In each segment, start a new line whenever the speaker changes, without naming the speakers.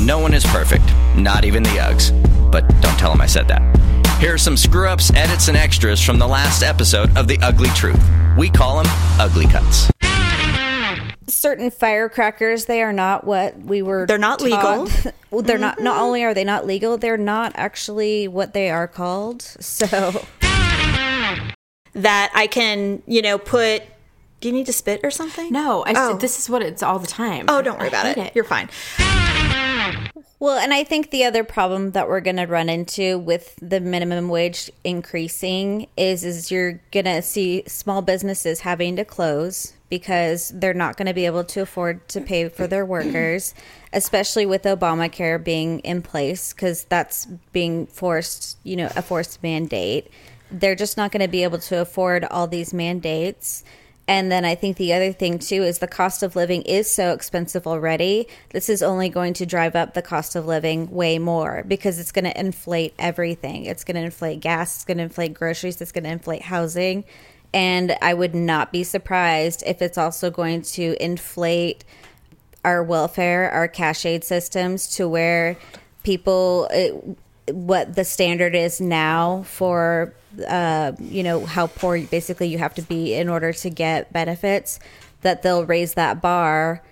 No one is perfect, not even the Uggs. But don't tell them I said that. Here are some screw ups, edits, and extras from the last episode of The Ugly Truth. We call them Ugly Cuts.
certain firecrackers they are not what we were
They're not legal. Mm-hmm.
taught. Well, they're not not only are they not legal they're not actually what they are called so
that I can, you know, put. Do you need to spit or something?
No, I,
Oh.
this is what it's all the time.
Oh, don't worry
I
about it.
hate
You're fine.
well and i think the other problem that we're going to run into with the minimum wage increasing is is you're going to see small businesses having to close because they're not going to be able to afford to pay for their workers especially with obamacare being in place cuz that's being forced you know a forced mandate they're just not going to be able to afford all these mandates. And then I think the other thing too is the cost of living is so expensive already. This is only going to drive up the cost of living way more because it's going to inflate everything. It's going to inflate gas, it's going to inflate groceries, it's going to inflate housing. And I would not be surprised if it's also going to inflate our welfare, our cash aid systems to where people, it, what the standard is now for, uh, you know, how poor you- basically you have to be in order to get benefits, that they'll raise that bar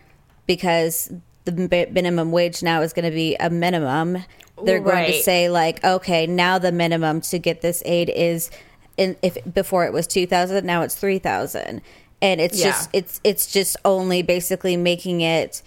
because the mi- minimum wage now is going to be a minimum. They're going to
Right.
say like, okay, now the minimum to get this aid is, in, if before it was two thousand, now it's three thousand, and it's
Yeah.
just it's it's just only basically making it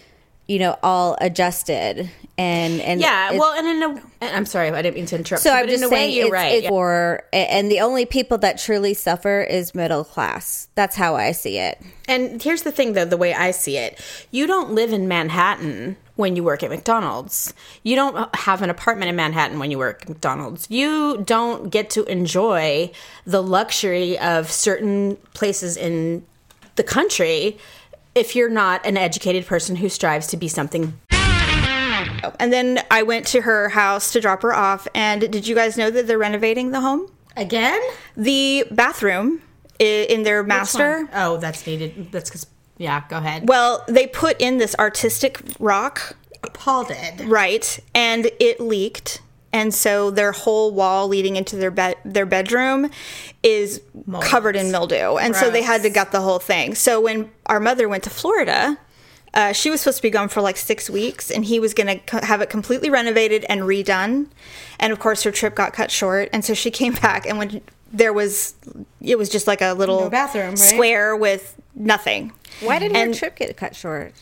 you know all adjusted and and
Yeah,
it-
well, and in a, and I'm sorry, I didn't mean to interrupt.
so
you,
i'm
but
just
in a way,
saying
you're
it's,
right.
it's for and the only people that truly suffer is middle class that's how i see it
and here's the thing, though, the way I see it, you don't live in Manhattan when you work at McDonald's. You don't have an apartment in Manhattan when you work at McDonald's. You don't get to enjoy the luxury of certain places in the country if you're not an educated person who strives to be something
And then I went to her house to drop her off. And did you guys know that they're renovating the home?
again.
The bathroom i- in their master.
Oh, that's needed. That's because yeah. Go ahead.
Well, they put in this artistic rock,
Paul did.
right? And it leaked. And so their whole wall leading into their bed their bedroom is covered in mildew. And so they had to gut the whole thing. So when our mother went to Florida, uh, she was supposed to be gone for like six weeks, and he was going to co- have it completely renovated and redone. And of course, her trip got cut short, and so she came back. And when there was, it was just like a little
No bathroom, right?
square with nothing.
why did your
And-
trip get cut short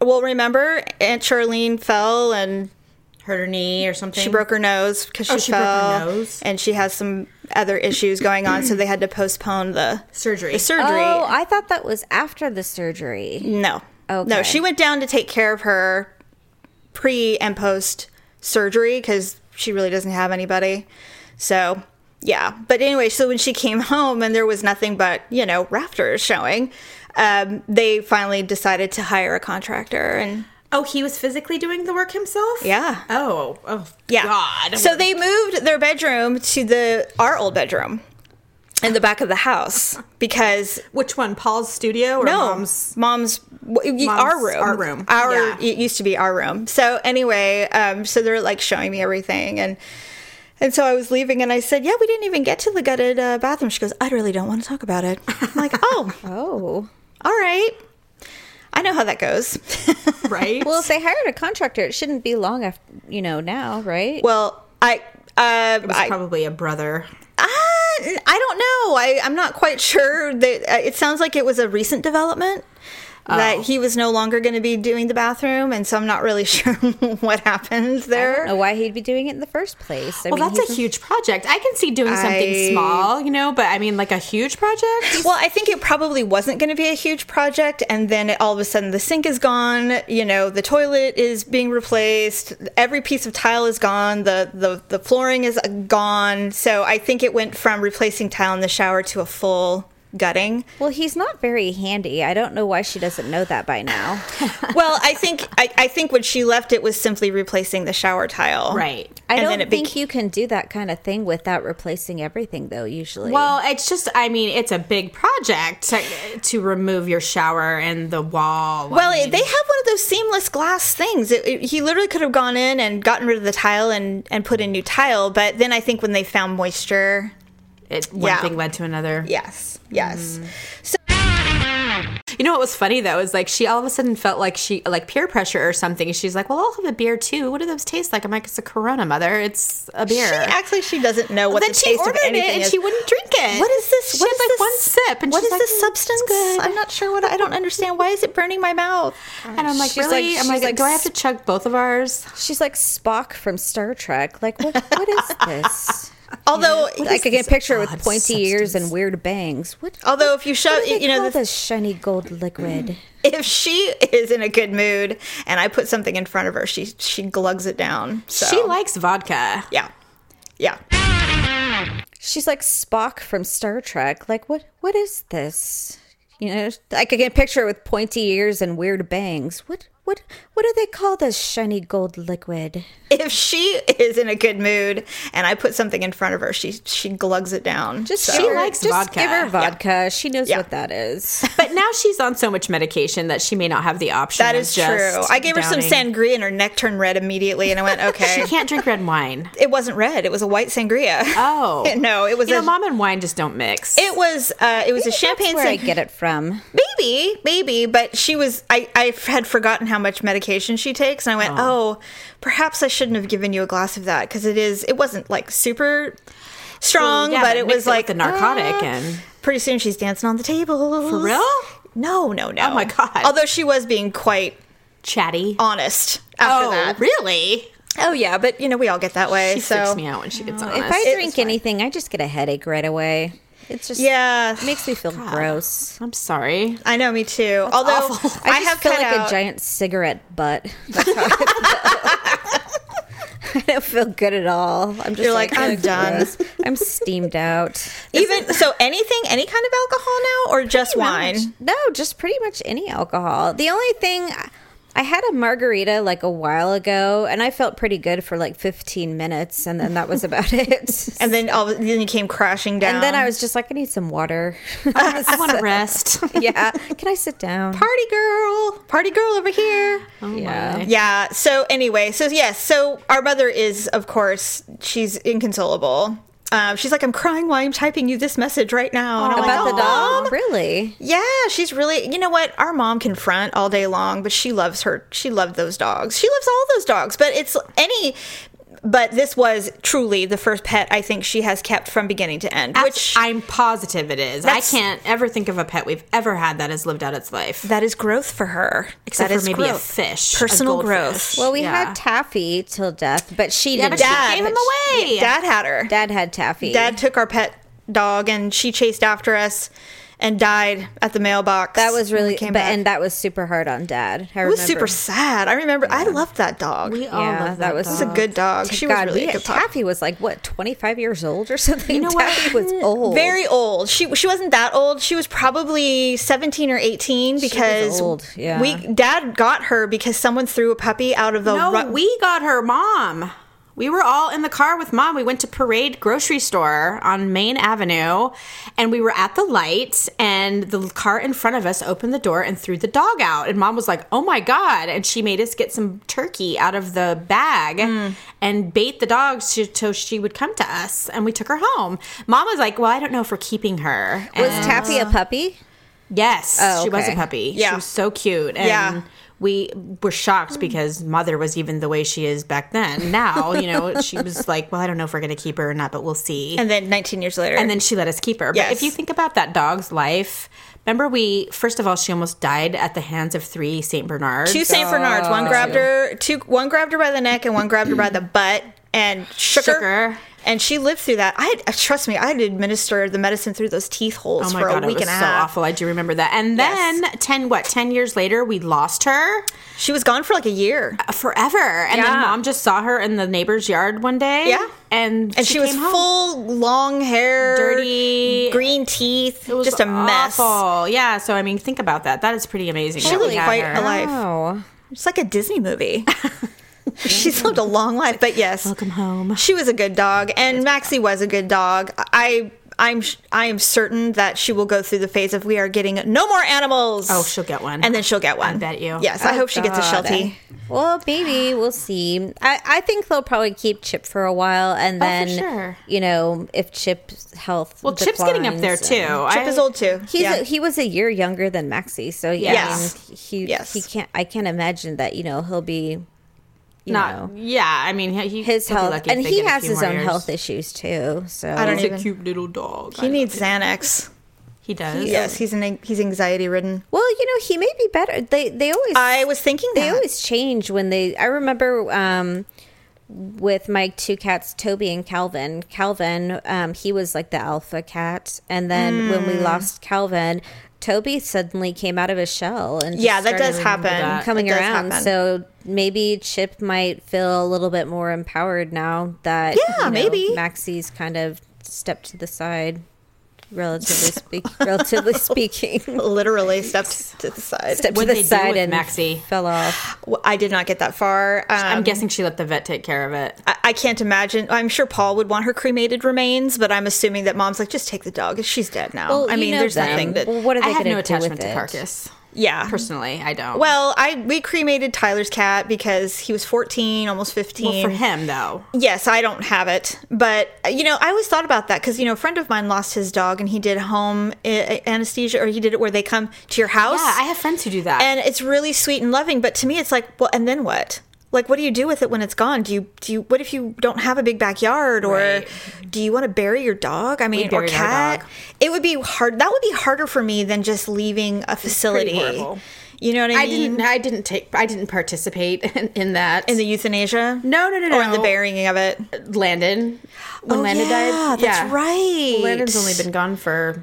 Well, remember Aunt Charlene fell and
Hurt her knee or something.
she broke her nose because she,
Oh, she broke her
fell,
nose.
and she has some other issues going on, so they had to postpone the
Surgery.
the surgery,
oh i thought that was after the surgery
no,
Okay.
no, she went down to take care of her pre and post surgery because she really doesn't have anybody. So yeah, but anyway, so when she came home and there was nothing but you know rafters showing, um, they finally decided to hire a contractor and.
Oh, he was physically doing the work himself?
Yeah.
Oh, oh,
Yeah.
God.
So they moved their bedroom to the our old bedroom in the back of the house because
Which one? Paul's studio or
no
mom's?
mom's mom's, w- y-
Mom's-
our room
our room.
our
Yeah.
it used to be our room. So anyway, um, so they're like showing me everything and. And so I was leaving, and I said, "Yeah, we didn't even get to the gutted uh, bathroom." She goes, "I really don't want to talk about it." I'm like, "Oh,
oh
all right, I know how that goes."
Right?
well if they hired a contractor it shouldn't be long after you know now right
well, I, uh,
It was
I,
probably a brother.
Uh, I don't know. I, I'm not quite sure. That, uh, it sounds like it was a recent development that he was no longer going to be doing the bathroom, and so I'm not really sure what happened there.
know why he'd be doing it in the first place. I
Well,
mean,
that's a
he's-
huge project. I can see doing something
I-
small, you know, but I mean, like a huge project.
Well, I think it probably wasn't going to be a huge project, and then all of a sudden the sink is gone. You know, the toilet is being replaced. Every piece of tile is gone. the the The flooring is uh, gone. So I think it went from replacing tile in the shower to a full gutting.
Well, he's not very handy. I don't know why she doesn't know that by now.
well, I think I, I think when she left, it was simply replacing the shower tile,
Right.
I
and
don't
then it
think
beca-
you can do that kind of thing without replacing everything, though. Usually,
Well, it's just, I mean, it's a big project to, to remove your shower and the wall.
Well, it they have one of those seamless glass things. It, it- he literally could have gone in and gotten rid of the tile and, and put in new tile, but then I think when they found moisture.
It, one
yeah.
thing led to another.
Yes,
Mm-hmm.
yes.
You know what was funny though is like she all of a sudden felt like she like peer pressure or something. She's like, "Well, I'll have a beer too. What do those taste like?" I'm like, "It's a Corona, mother. It's a beer."
She actually she doesn't know what
then
the
she
taste of
ordered it
anything
and
is.
she wouldn't drink it.
What is this?
She
What
had
is
like
this-
one sip, and
what
she's
is
like, "Mm,
this
it's
substance?
good."
I'm not sure what I don't understand. Why is it burning my mouth?
and I'm like,
She's like-
"Really?" I'm
she's
like,
like,
"Do I have to chug both of ours?"
she's like Spock from Star Trek. Like, what, what is this?
Although,
I could get a picture with
odd
pointy ears
substance?
and weird bangs. What?
although if you shove,
what do they
you know,
call
the
this shiny gold liquid.
if she is in a good mood and I put something in front of her, she she glugs it down. So.
She likes vodka.
yeah, yeah.
She's like Spock from Star Trek. Like, what? What is this? You know, I could get a picture with pointy ears and weird bangs. What? What? What do they call this shiny gold liquid?
If she is in a good mood and I put something in front of her, she she glugs it down.
Just
So-
give her,
likes
just
vodka.
Give her
Yeah.
vodka. She knows
Yeah.
what that is.
But now she's on so much medication that she may not have the option.
that
of
is
just
true. I gave her some
downing-
sangria and her neck turned red immediately, and I went,
She
okay.
can't drink red wine.
it wasn't red; it was a white sangria.
Oh
no, it was
You
a,
know, mom and wine just don't mix.
it was uh, it was a champagne
That's where I
sang-
get it from.
Maybe, maybe, but she was. I, I had forgotten how much medication she takes, and I went, oh, perhaps I shouldn't have given you a glass of that because it is. It wasn't like super strong,
Yeah,
but
that
it
mixed
was
with
like
the narcotic
uh,
and
pretty soon she's dancing on the table.
For real?
No, no, no.
Oh my God.
Although she was being quite
chatty.
honest after
oh,
that.
really?
Oh yeah, but you know we all get that way.
She
so
freaks me out when she gets on.
If I drink anything, I just get a headache right away. It's just
yeah,
it makes me feel gross.
I'm sorry.
I know, me too. Although
I,
I,
just
have
feel
cut
like
out-
a giant cigarette butt. That's how I feel. I don't feel good at all. I'm just
You're like, I'm
"Ugh,
done."
gross. I'm steamed out.
even so anything, any kind of alcohol now, or just wine.
No, just pretty much any alcohol. The only thing I had a margarita like a while ago, and I felt pretty good for like 15 minutes, and then that was about it.
And then all then you came crashing down.
And then I was just like, I need some water.
I want to rest.
yeah, can I sit down?
party girl, party girl over here.
yeah.
Yeah. So anyway, so yes, so our mother is, of course, she's inconsolable. Um, she's like, I'm crying while I'm typing you this message right now. And I'm like,
About the
"Oh,
dog,
Mom."
really?
Yeah, she's really. You know what? Our mom can front all day long, but she loves her. She loved those dogs. She loves all those dogs. But it's any. But this was truly the first pet I think she has kept from beginning to end,
Which
which
I'm positive it is. I
That's-
can't ever think of a pet we've ever had that has lived out its life.
that is growth for her.
Except
That
for
is
maybe a
growth.
fish. a
personal
goldfish.
growth.
Well, we
Yeah.
had Taffy till death, but she
Yeah, but
didn't.
she
Dad,
gave him
but
away.
Dad had her.
she- Dad had Taffy.
Dad took our pet dog, and she chased after us and died at the mailbox.
that was
when we
really,
came
but
back.
and that was super hard on Dad. I
it was
remember.
super sad. I remember. I loved that dog.
We
It
all
Yeah,
love
that was-
was a
dog.
good dog. She was
God,
really
we-
a good pup.
Taffy was like what, twenty five years old or something.
You know what?
Taffy was old.
Very old. She she wasn't that old. She was probably seventeen or eighteen because
old, yeah.
we dad got her because someone threw a puppy out of the
No,
ru-
we got her mom. We were all in the car with mom. We went to Parade Grocery Store on Main Avenue and we were at the light and the car in front of us opened the door and threw the dog out and mom was like, "Oh my god." And she made us get some turkey out of the bag and bait the dog so, so she would come to us and we took her home. Mom was like, "Well, I don't know if we're keeping her."
Was
And-
Taffy a puppy?
Yes,
Oh,
she was a
okay.
puppy.
Yeah.
She was so cute. And
Yeah.
we were shocked because mother was even the way she is back then. Now, you know, she was like, well, I don't know if we're going to keep her or not, but we'll see. And,
and then nineteen years later.
then she let us keep her.
Yes.
But if you think about that dog's life, remember we, first of all, she almost died at the hands of three St. Bernards.
two Saint Bernards. One grabbed her. Two one grabbed her by the neck and one grabbed her by the butt and shook,
Shook her.
And she lived through that. I had, trust me, I had administered the medicine through those teeth holes
Oh my
for
god,
a week
it was
and a
so
half.
awful. I do remember that. And
Yes.
then ten what, ten years later we lost her.
She was gone for like a year.
Uh, Forever. And then
Yeah.
mom just saw her in the neighbor's yard one day.
Yeah.
And,
and she, was
came home.
full long hair,
Dirty.
green teeth,
It was
just a mess.
awful. Yeah, so I mean, think about that. That is pretty amazing.
She
that we
looked
had
quite
her.
alive.
Oh,
It's like a Disney movie. She's lived a long life, but yes.
Welcome home.
She was a good dog, and Maxie was a good dog. I. I'm sh- I am certain that she will go through the phase of we are getting no more animals.
Oh, she'll get one.
and then she'll get one.
bet you.
Yes, I hope she gets a
God.
Sheltie.
Well, maybe we'll see. I, I think they'll probably keep Chip for a while,
Oh,
and then
sure.
you know if Chip's health.
well, Chip's getting up there
declines,
too.
uh,
Chip is old too.
He's
yeah.
a, he was a year younger than Maxie, so yeah,
Yes.
I mean, he
Yes.
he can't. I can't imagine that you know he'll be, you
Not.
know,
Yeah, I mean, he, he-
his
he'll be
health,
lucky if
and
they
he
get a
has
few
his
more
own
years.
health issues too. So
I don't e-,
He's a
even-
cute little dog.
he needs Xanax.
He does.
Yes, he's an he's anxiety ridden.
well, you know, he may be better. They they always
I was thinking that.
they always change when they i remember um with my two cats toby and calvin calvin um he was like the alpha cat and then when we
Hmm.
lost calvin toby suddenly came out of his shell and just
yeah, that
started
does happen.
that.
coming
Uh, It does
around
happen.
so maybe chip might feel a little bit more empowered now that
Yeah, maybe.
maxie's kind of stepped to the side relatively speaking relatively speaking
literally stepped to the side.
stepped to
What'd
the
they do
side
with
and
Maxie?
fell off
Well, I did not get that far. Um,
I'm
I'm guessing.
guessing she let the vet take care of it.
I, I can't imagine. I'm sure Paul would want her cremated remains, but I'm assuming that mom's like, just take the dog. She's dead now.
Well,
I
you
mean,
know
there's
them.
nothing that.
Well, what are they
I have
gonna
no
do
attachment
with
to
it?
carcass.
yeah.
Personally, I don't.
Well, I we cremated Tyler's cat because he was 14, almost 15.
Well, for him though.
Yes, I don't have it, but uh, you know, I always thought about that because you know, a friend of mine lost his dog, and he did home uh, anesthesia, or he did it where they come to your house.
Yeah, I have friends who do that.
and it's really sweet and loving but to me it's like well and then what like what do you do with it when it's gone do you do you what if you don't have a big backyard or
Right.
do you want to bury your dog i mean or
buried our
cat
dog.
it would be hard that would be harder for me than just leaving a facility
horrible.
you know what i,
I
mean
didn't. I didn't take. I didn't participate in, in that.
in the euthanasia
no, no, no, no.
or in the burying of it
Landon. When
Oh,
Landon
yeah,
died,
that's right
Landon's only been gone for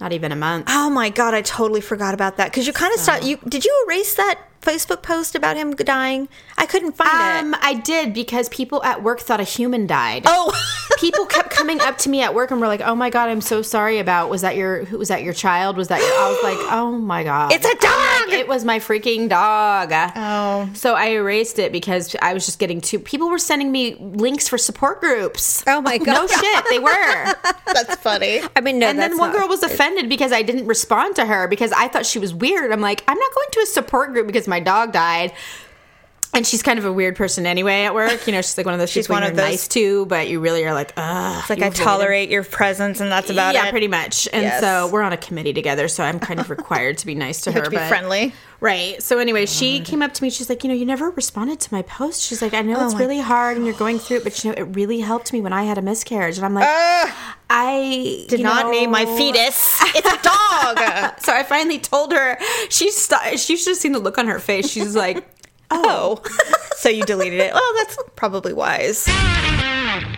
not even a month.
oh my god i totally forgot about that because you kind of stopped you did you erase that facebook post about him dying i couldn't find
Um,
it
I did because people at work thought a human died.
oh
people kept coming up to me at work and were like, "Oh my god, I'm so sorry about was that your who- was that your child? Was that your, I was like, "Oh my god.
It's a
I'm
dog!
It was my freaking dog."
Oh.
So I erased it because I was just getting too people were sending me links for support groups.
Oh my
No
God.
shit, they were.
that's funny
i mean no
and then
that's
one
not-
girl was offended because I didn't respond to her because I thought she was weird. I'm like, "I'm not going to a support group because my dog died." And she's kind of a weird person anyway at work. You know, she's like one of those
She's
people
one
you're
of those-
nice to, but you really are like, ugh.
It's like I tolerate your presence, and that's about
yeah,
it.
pretty much. And
Yes.
so we're on a committee together, so I'm kind of required to be nice to her.
Have to be
but-
friendly.
Right. So anyway, she came up to me. She's like, you know, you never responded to my post. She's like, I
Oh
know it's really hard and you're going through it, but you know, it really helped me when I had a miscarriage. And I'm like, I
Did
you
not
know-
name my fetus. It's a dog.
So I finally told her. She st- she should have seen the look on her face. She's like,
oh, so you deleted it. Well, that's probably wise.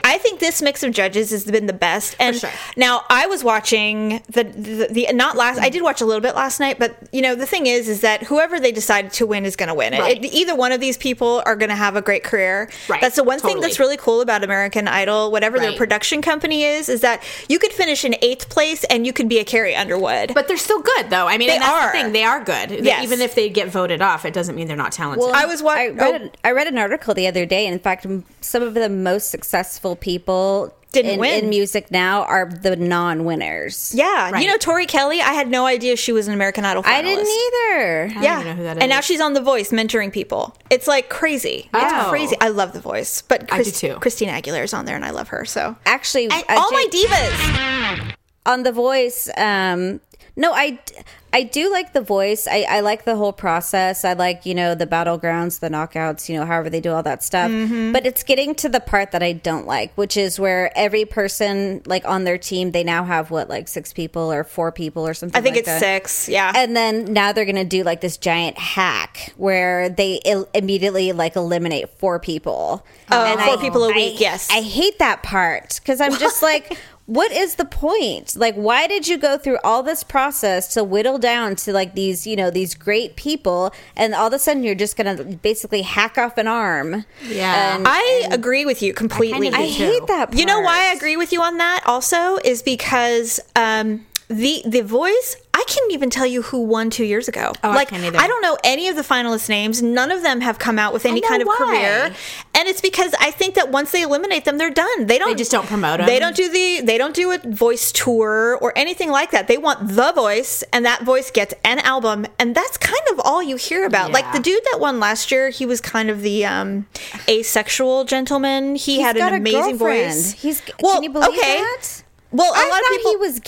I think this mix of judges has been the best. And
sure.
now I was watching the, the the not last. I did watch a little bit last night, but you know the thing is, is that whoever they decide to win is going to win. It-
Right.
It, either one of these people are going to have a great career.
Right,
That's the one thing that's
totally.
really cool about American Idol, whatever their
Right.
production company is, is that you could finish in eighth place and you could be a Carrie Underwood.
but they're still good though. I mean,
They
and that's
are.
the thing. They are good. They-
Yes.
Even if they get voted off, it doesn't mean they're not talented.
Well,
I was wa-
I read,
oh.
an- I read an article the other day. In fact, m- some of the most successful people
Didn't
in,
win.
in music now are the non-winners.
yeah,
Right.
you know Tori Kelly. I had no idea she was an American Idol. Finalist.
I didn't either.
yeah.
even know who that
and now
is.
she's on The Voice mentoring people. It's like crazy. It's
Oh.
crazy. I love The Voice, but
I do
Christ-
too.
Christina Aguilera's on there, and I love her. So
Actually,
And
uh,
all my
Jake-
divas.
on The Voice. Um, no, I, d- I do like The Voice. I, I like the whole process. I like you know the battlegrounds, the knockouts. You know, however they do all that stuff.
Mm-hmm.
But it's getting to the part that I don't like, which is where every person like on their team, they now have what like six people or four people or something.
I think
like
it's
that.
six. Yeah.
and then now they're going to do like this giant hack where they il- immediately like eliminate four people.
Oh,
And
four people a week,
I-
yes.
I hate that part because I'm just like, what is the point? Like, why did you go through all this process to whittle down to like these, you know, these great people, and all of a sudden you're just going to basically hack off an arm?
Yeah.
And-
I agree with you completely.
do
I
too.
hate that. Part.
You know why I agree with you on that also is because um, the the voice I I can't even tell you who won two years ago.
Oh, I
like,
can't either.
don't know any of the finalists' names. None of them have come out with any
know
kind of
why.
career, and it's because I think that once they eliminate them, they're done. They don't.
just don't promote 'em.
They don't do the. They don't do a voice tour or anything like that. They want the voice, and that voice gets an album, and that's kind of all you hear about. Like
Yeah.
the dude that won last year, he was kind of the um, asexual gentleman. He had
got
an
a
amazing
girlfriend.
voice.
He's
Well,
can you believe
okay.
that?
Well, a
I
lot
thought
of people
he was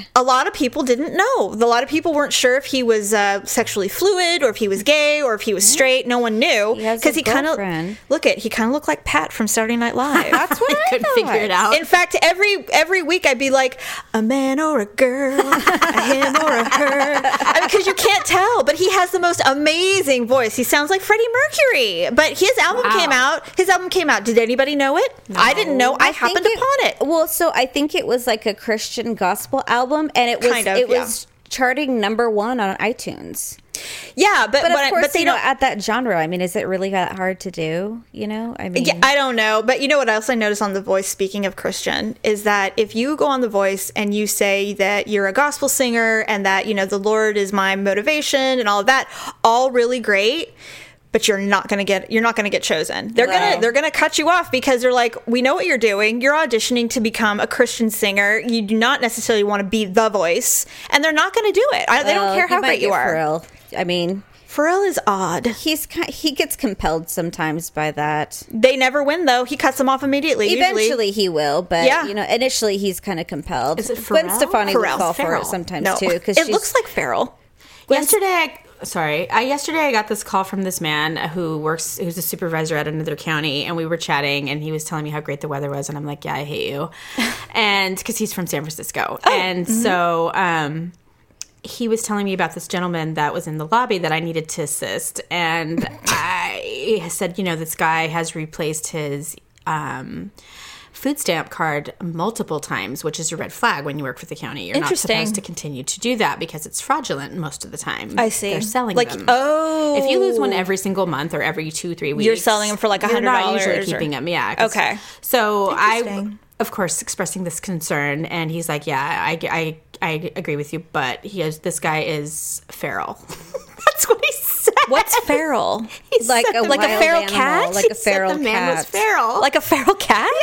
gay.
a lot of people didn't know. A lot of people weren't sure if he was uh, sexually fluid or if he was gay or if he was straight. No one knew
He has a
kind of
girlfriend.
look at he kind of looked like Pat from Saturday Night Live.
That's what I
couldn't figure it
thought.
out.
In fact, every every week I'd be like a man or a girl, a him or a her, because you can't tell. But he has the most amazing voice. He sounds like Freddie Mercury. But his album
Wow.
came out. His album came out. Did anybody know it? I didn't know. I,
think
happened upon it.
Well, so I think it was like a Christian gospel album, and it was
Kind of,
it
yeah.
was charting number one on iTunes.
Yeah, but
But
but,
of course,
but they
you know,
don't.
at that genre, I mean, is it really that hard to do? You know, I mean,
Yeah, I don't know. But you know what else I noticed on The Voice, speaking of Christian, is that if you go on The Voice and you say that you're a gospel singer and that, you know, the Lord is my motivation and all of that, all really great. But you're not gonna get you're not gonna get chosen. They're
No.
gonna they're gonna cut you off because they're like, we know what you're doing. You're auditioning to become a Christian singer. You do not necessarily want to be the voice, and they're not gonna do it. I, they
Well,
don't care
he
how
Oh, might
great you
get
are.
Pharrell. I mean,
Pharrell is odd.
he's ki- he gets compelled sometimes by that.
They never win though. He cuts them off immediately.
Eventually,
usually.
he will, but
Yeah.
you know, initially he's kind of compelled.
Is it
Gwen
Pharrell?
Stefani
Pharrell.
would fall for
Pharrell.
it sometimes
No.
too because
it looks like Farrell.
yesterday I, sorry I, yesterday i got this call from this man who works who's a supervisor at another county and we were chatting and he was telling me how great the weather was and i'm like yeah i hate you and because he's from san francisco and so um he was telling me about this gentleman that was in the lobby that I needed to assist, and I said, you know, this guy has replaced his um, food stamp card multiple times, which is a red flag when you work for the county. You're not
Interesting.
supposed to continue to do that because it's fraudulent most of the time.
I see.
They're selling
Like,
them.
oh.
if you lose one every single month or every two three weeks,
selling them for, like,
you're not usually
$100 or-
keeping them. Yeah. 'cause-
Okay.
So I,
Interesting.
of course, expressing this concern, and he's like, "Yeah, I, I, I agree with you, but he is this guy is feral." That's what he said.
What's feral?
He
like
said
a
the-
like a
wild
feral
animal,
cat?
like
he
a
said
feral
the man
cat.
was feral.
like a feral cat?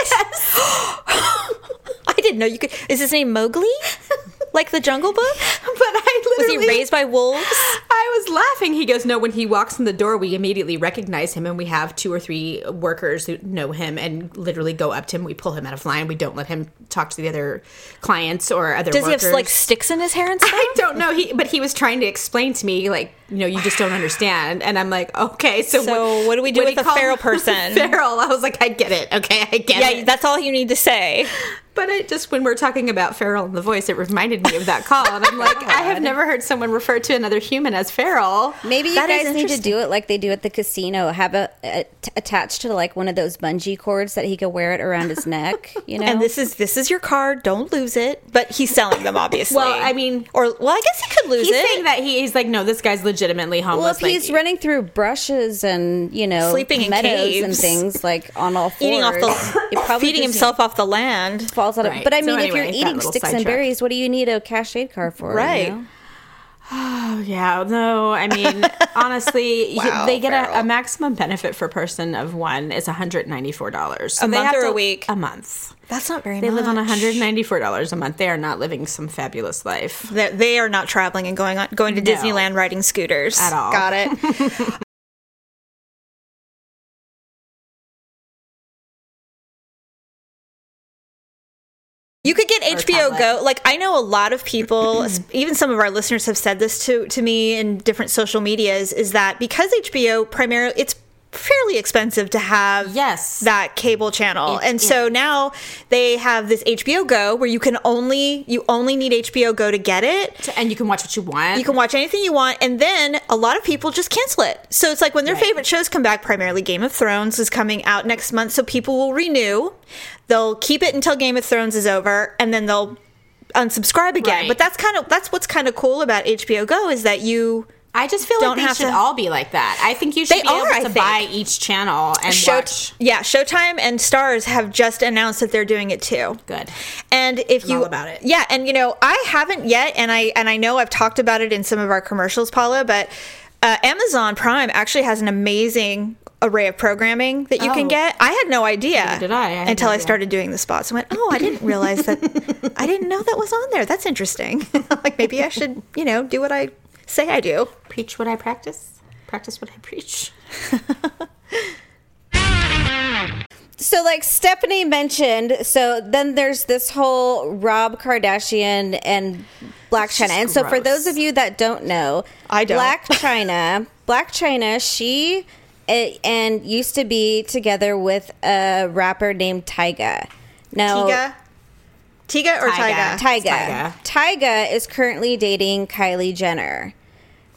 I didn't know you could. Is his name Mowgli? like the Jungle Book?
but I
Was he
literally
raised by wolves?
I was laughing. He goes, "No, when he walks in the door, we immediately recognize him, and we have two or three workers who know him and literally go up to him. We pull him out of line. We don't let him talk to the other clients or other.
Does he
workers.
have like sticks in his hair and stuff?
I don't know. He, but he was trying to explain to me, like, you know, you just don't understand. And I'm like, okay, so
So what do we do
when
with
he
a
called-
feral person?
feral. I was like, I get it. Okay, I get
Yeah,
it.
that's all you need to say.
but it just when we're talking about feral and the voice, it reminded me of that call, and I'm like, I have never heard someone refer to another human as feral.
Maybe you
That is
guys need to
interesting.
do it like they do at the casino. Have a, a t- attached to like one of those bungee cords that he could wear it around his neck. You know,
And this is this is your card. Don't lose it. But he's selling them, obviously.
Well, I mean-
or well, I guess he could lose
He's
it.
saying that he, he's like, no, this guy's legitimately homeless.
well, if
like,
he's running through brushes and you know
Sleeping in
meadows and
caves.
things like on all fours,
eating off
he
the,
probably
feeding
just
himself off the land.
Falls out of,
Right.
but I
So
mean, if
anyway,
you're
that
eating
little
sticks and
sidetrack.
berries, what do you need a cash aid card for? you
Right.
know?
oh, Yeah, no, I mean, honestly, you-
Wow,
they get a,
Farrell.
a maximum benefit for person of one is $194. So
A
they
month
have
or a
to-
week?
A month.
That's not very.
They live on
much.
$194 a month. They are not living some fabulous life.
that they are not traveling and going on going to
No.
Disneyland riding scooters
At all.
Got it. You could get HBO Go.
tablet.
Like I know a lot of people, s- even some of our listeners have said this to to me in different social medias is that because HBO primarily it's fairly expensive to have
Yes.
that cable channel. and so now they have this HBO Go where you can only you only need HBO Go to get it.
And you can watch what you want.
You can watch anything you want, and then a lot of people just cancel it. So it's like when their favorite shows come back, primarily Game of Thrones is coming out next month, so people will renew. They'll keep it until Game of Thrones is over, and then they'll unsubscribe again.
Right.
But that's kind of that's what's kind of cool about HBO Go is that you
I just feel
Don't
like they
have
should
to-
all be like that. I think you should
They
be
are,
able
I
to
think.
buy each channel and
Show-
watch.
yeah, Showtime and Stars have just announced that they're doing it too.
Good.
And if you
all about it.
yeah, and you know I haven't yet, and I and I know I've talked about it in some of our commercials, Paula, but uh, Amazon Prime actually has an amazing array of programming that you
Oh.
can get. I had no idea
did I. I had
until
no
I
idea.
started doing the spots and went, oh, I didn't realize that. I didn't know that was on there. That's interesting. like maybe I should you know do what I say I do.
Preach what I practice. Practice what I preach.
So, like Stephanie mentioned, so then there's this whole Rob Kardashian and Black China. And so, for
gross.
those of you that don't know,
I don't.
Black China, Black China, she eh, and used to be together with a rapper named Tyga.
Oh.
Now,
Tiga, Tiga or
Tyga.
Tyga?
Tyga. Tyga is currently dating Kylie Jenner.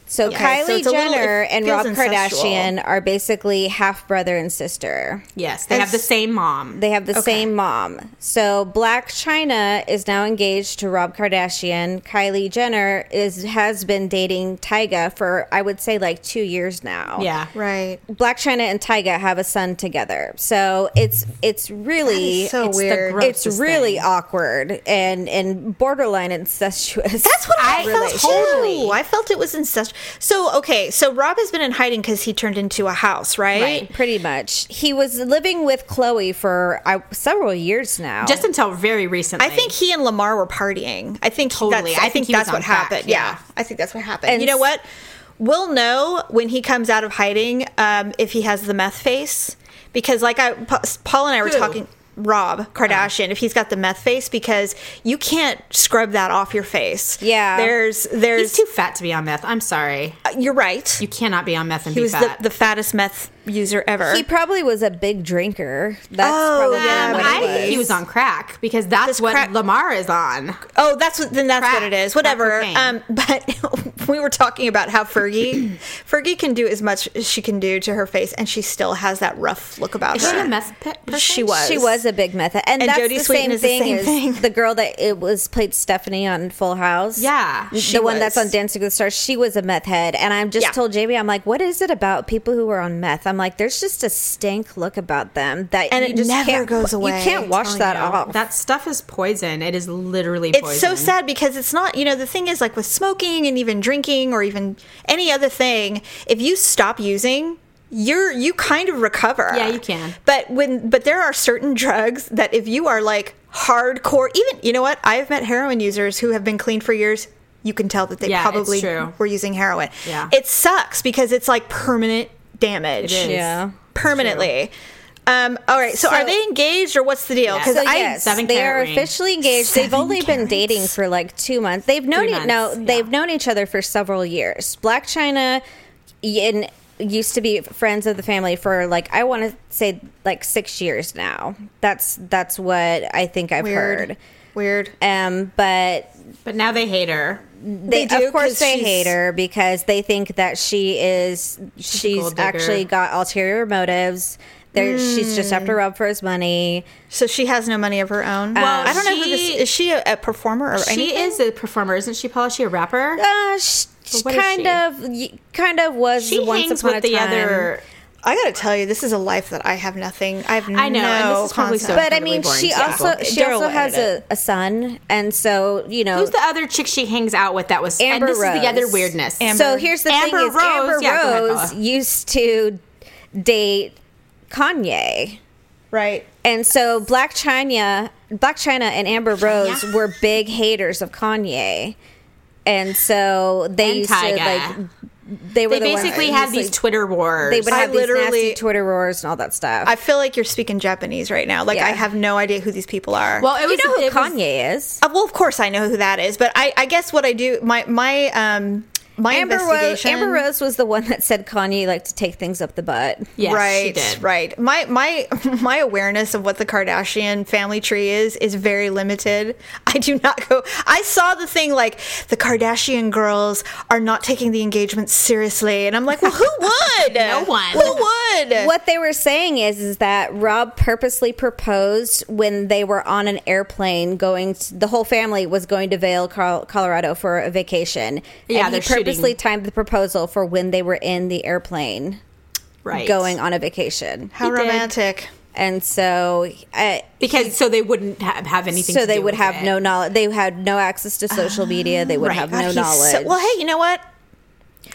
So
Okay,
Kylie
so it's a little-
Jenner
it
and
feels
Rob
incestual.
Kardashian are basically half brother and sister.
Yes, they have
It's-
the same mom.
They have the same mom. So Black China is now engaged to Rob Kardashian. Kylie Jenner is has been dating Tyga for I would say like 2 years now.
yeah.
Right.
Black China and Tyga have a son together. So it's it's really
so
it's
weird.
gross-
it's
grossest
really
thing.
awkward and and borderline incestuous.
That's what I,
I
felt
felt totally.
too. I felt it was incestuous. So okay, so Rob has been in hiding because he turned into a house, right?
Right.
pretty much. He was living with Chloe for uh, several years now.
Just until very recently.
I think he and Lamar were partying. I think
Totally.
That's,
I
I,
think
think,
he was
that's
on
what
crack,
happened.
yeah.
Yeah. I think that's what happened.
And
you know
s-
what? We'll know when he comes out of hiding um, if he has the meth face because, like I, Pa- Paul and I were
Who?
talking. Rob Kardashian, if he's got the meth face, because you can't scrub that off your face.
Yeah.
there's,
he's
there's.
too fat to be on meth. I'm sorry.
you're right.
You cannot be on meth and
he
be
was the,
fat.
the fattest meth user ever.
he probably was a big drinker. That's
Oh,
probably
yeah,
what
Um, I
it
but
think
was.
he was on crack because that's
This
what
crack-
Lamar is on.
Oh, that's what then that's
Crack.
what it is. Whatever.
Crack cocaine.
Um, but we were talking about how Fergie, Fergie can do as much as she can do to her face, and she still has that rough look about
Is she
her.
a meth pe- person?
She was.
She was a big meth, and,
And
that's
Jodie
the
Sweetin
same
is the
thing
same
as
thing.
the girl that it was played Stephanie on Full House.
Yeah,
the
she
one that's
was.
on Dancing with the Stars. She was a meth head, and I'm just
Yeah.
told Jamie, I'm like, what is it about people who are on meth? I'm like, there's just a stink look about them that
And
you
it
just
never
can't-
goes away,
You can't
I'm
wash
telling
that
you.
off.
Oh, That stuff is poison. It is literally poison.
It's so sad because it's not, you know, the thing is like with smoking and even drinking or even any other thing, if you stop using, you're you kind of recover.
Yeah, you can.
But when but there are certain drugs that if you are like hardcore, even you know what? I've met heroin users who have been clean for years. You can tell that they
Yeah, it's
probably
true.
were using heroin.
Yeah.
It sucks because it's like permanent damage.
It is.
yeah.
Permanently. Um, all right, so, are
So-
they engaged or what's the deal?
Yes.
So
Because I
yes,
seven
they
carat
are
ring.
officially engaged. They've only been dating for like two months. They've known
Three
e- no,
months, yeah.
they've known each other for several years. Black China y- in used to be friends of the family for like I want to say like six years now. That's that's what I think I've
weird.
heard.
Weird.
Um, but
But now they hate her.
they,
They do,
of course
'cause
they
she's-
hate her because they think that she is she's,
gold digger.
actually got ulterior motives. There, she's just after Rob for his money.
So she has no money of her own.
Well,
I don't know who this
she-
is. She a, a performer or anything?
She is a performer, isn't she, Paula? Is She a rapper?
Uh, sh- sh-
what is
kind
she?
of, y- kind of was
she
once
hangs
upon
with
a
the
time.
other.
I gotta tell you, this is a life that I have nothing. I have
I know, and
no
this is probably
concept.
so-
But I
incredibly
mean,
boring
she
to
also
people.
she
Daryl
also
wanted
has a,
it.
a son, and so you know.
Who's the other chick she hangs out with? That was
Amber
And this is
Rose.
the other weirdness.
So here's the
Amber
thing: is Amber
Rose- yeah, go ahead,
Rose
Paula.
used to date Kanye,
right.
and so Black China, Black China, and Amber Rose were big haters of Kanye, and so they
And
used
Tyga.
to like they were
They
the ones-
basically had these Twitter wars.
They would
I
have these nasty
literally-
Twitter wars and all that stuff.
I feel like you're speaking Japanese right now. Like
Yeah.
I have no idea who these people are.
well, it was
you know who
it was-
Kanye is.
Uh, well, of course I know who that is, but I, I guess what I do my my um my
Amber Rose,
investigation.
Amber Rose was the one that said Kanye liked to take things up the butt.
Yes,
right,
she did.
right. My my my awareness of what the Kardashian family tree is is very limited. I do not go. I saw the thing like the Kardashian girls are not taking the engagement seriously, and I'm like, well, who would?
No one.
Who would?
What they were saying is, is that Rob purposely proposed when they were on an airplane going. To, the whole family was going to Vail, Col- Colorado, for a vacation.
Yeah,
and he
they're shooting
purposely timed the proposal for when they were in the airplane
right.
going on a vacation.
How romantic.
And so, I,
because so they wouldn't ha- have anything.
so
to
they
do
would
with
have
it.
no knowledge. They had no access to social media. They would
right.
have
God,
no
He's so-
knowledge.
well, hey, you know what?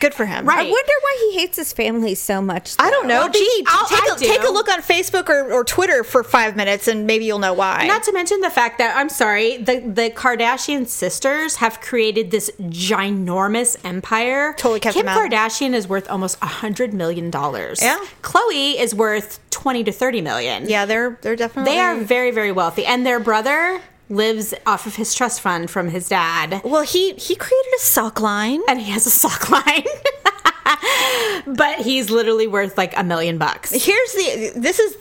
Good for him.
I
Right.
wonder why he hates his family so much.
I don't know.
Well, be-
Gee,
I'll-
take,
I
a, take a
do.
look on Facebook or, or Twitter for five minutes and maybe you'll know why.
Not to mention the fact that I'm sorry, the the Kardashian sisters have created this ginormous empire.
Totally kept
Kim
them out.
Kardashian is worth almost a hundred million dollars.
Yeah.
Chloe is worth twenty to thirty million.
yeah, they're they're definitely
They are very, very wealthy. And their brother lives off of his trust fund from his dad.
Well, he he created a sock line.
And he has a sock line. but he's literally worth like a million bucks.
Here's the this is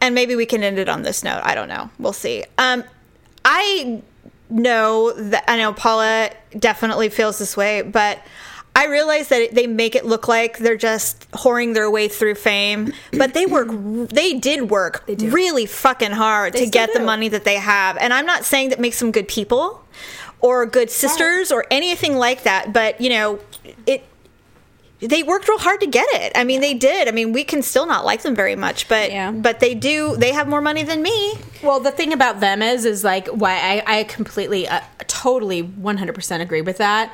and maybe we can end it on this note. I don't know. We'll see. Um I know that I know Paula definitely feels this way, but I realize that they make it look like they're just whoring their way through fame, but they work they did work really fucking hard to
still
get the
do.
money that they have. And I'm not saying that makes them good people or good sisters or anything like that, but you know, it they worked real hard to get it. I mean, they did. I mean, we can still not like them very much, but
Yeah.
but they do. They have more money than me.
Well, the thing about them is, is like why I, I completely, uh, totally, one hundred percent agree with that.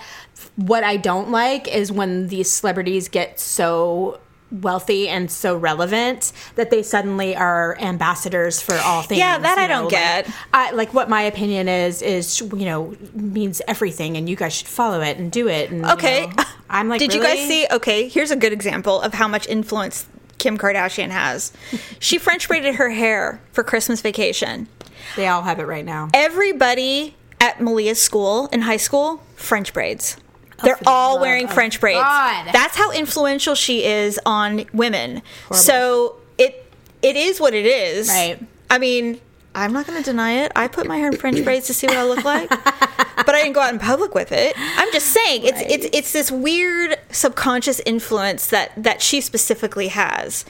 What I don't like is when these celebrities get so wealthy and so relevant that they suddenly are ambassadors for all things.
Yeah, that
you
I don't
like,
get.
I, like what my opinion is is you know means everything, and you guys should follow it and do it. And, you
Okay.
know, I'm like,
Did you
really?
guys see? Okay, here's a good example of how much influence Kim Kardashian has. she French braided her hair for Christmas vacation.
They all have it right now.
Everybody at Malia's school in high school French braids. They're
Oh, for the
all
love
wearing
of
French braids.
God.
That's how influential she is on women. So it it is what it is.
Right.
I mean, I'm not going to deny it. I put my hair in French braids to see what I look like, but I didn't go out in public with it. I'm just saying it's it's it's this weird subconscious influence that that she specifically has.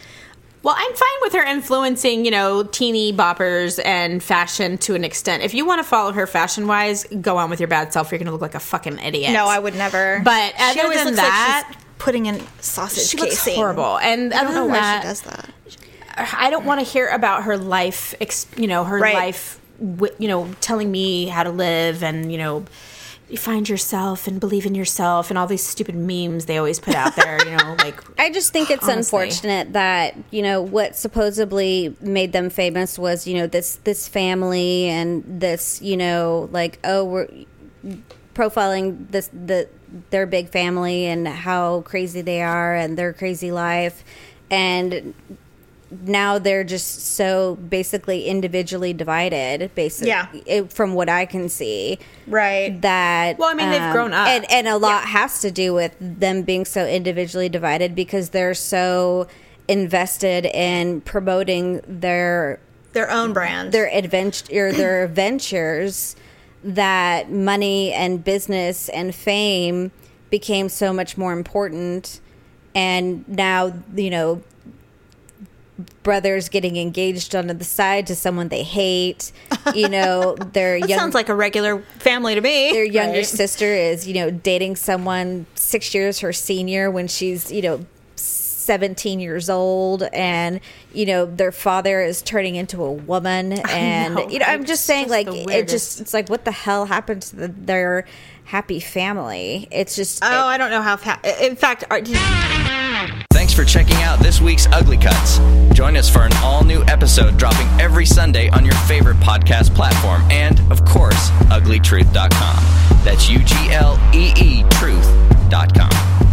Well, I'm fine with her influencing, you know, teeny boppers and fashion to an extent. If you want to follow her fashion wise, go on with your bad self. You're going to look like a fucking idiot.
No, I would never.
But
She
other
always
than
looks like she's
that-
putting in sausage
She looks
casing.
horrible. And
I don't
other
know
than
why
that,
she does that.
I don't want to hear about her life, ex- you know, her
Right.
life, wi- you know, telling me how to live and, you know, you find yourself and believe in yourself and all these stupid memes they always put out there, you know, like
I just think it's
Honestly.
unfortunate that you know what supposedly made them famous was you know this this family and this you know like oh we're profiling this the their big family and how crazy they are and their crazy life and now they're just so basically individually divided basically
Yeah.
it, from what I can see
Right.
that um,
Well, I mean, they've grown up.
and, and a lot has to do with them being so individually divided because they're so invested in promoting their
their own brand.
their adventure their ventures that money and business and fame became so much more important and now you know brothers getting engaged on the side to someone they hate you know their
that
young
sounds like a regular family to
their
me.
younger
Right.
sister is, you know, dating someone six years her senior when she's, you know, 17 years old and you know their father is turning into a woman and
know,
you know i'm
it's
just saying
just
like
the
it just
weirdest.
it's like what the hell happened to the, their happy family it's just
Oh, I don't know how. Fa- in fact, are, did,
Thanks for checking out this week's Ugly Cuts. Join us for an all new episode dropping every Sunday on your favorite podcast platform and, of course, uglytruth.com. That's U G L E E truth.com.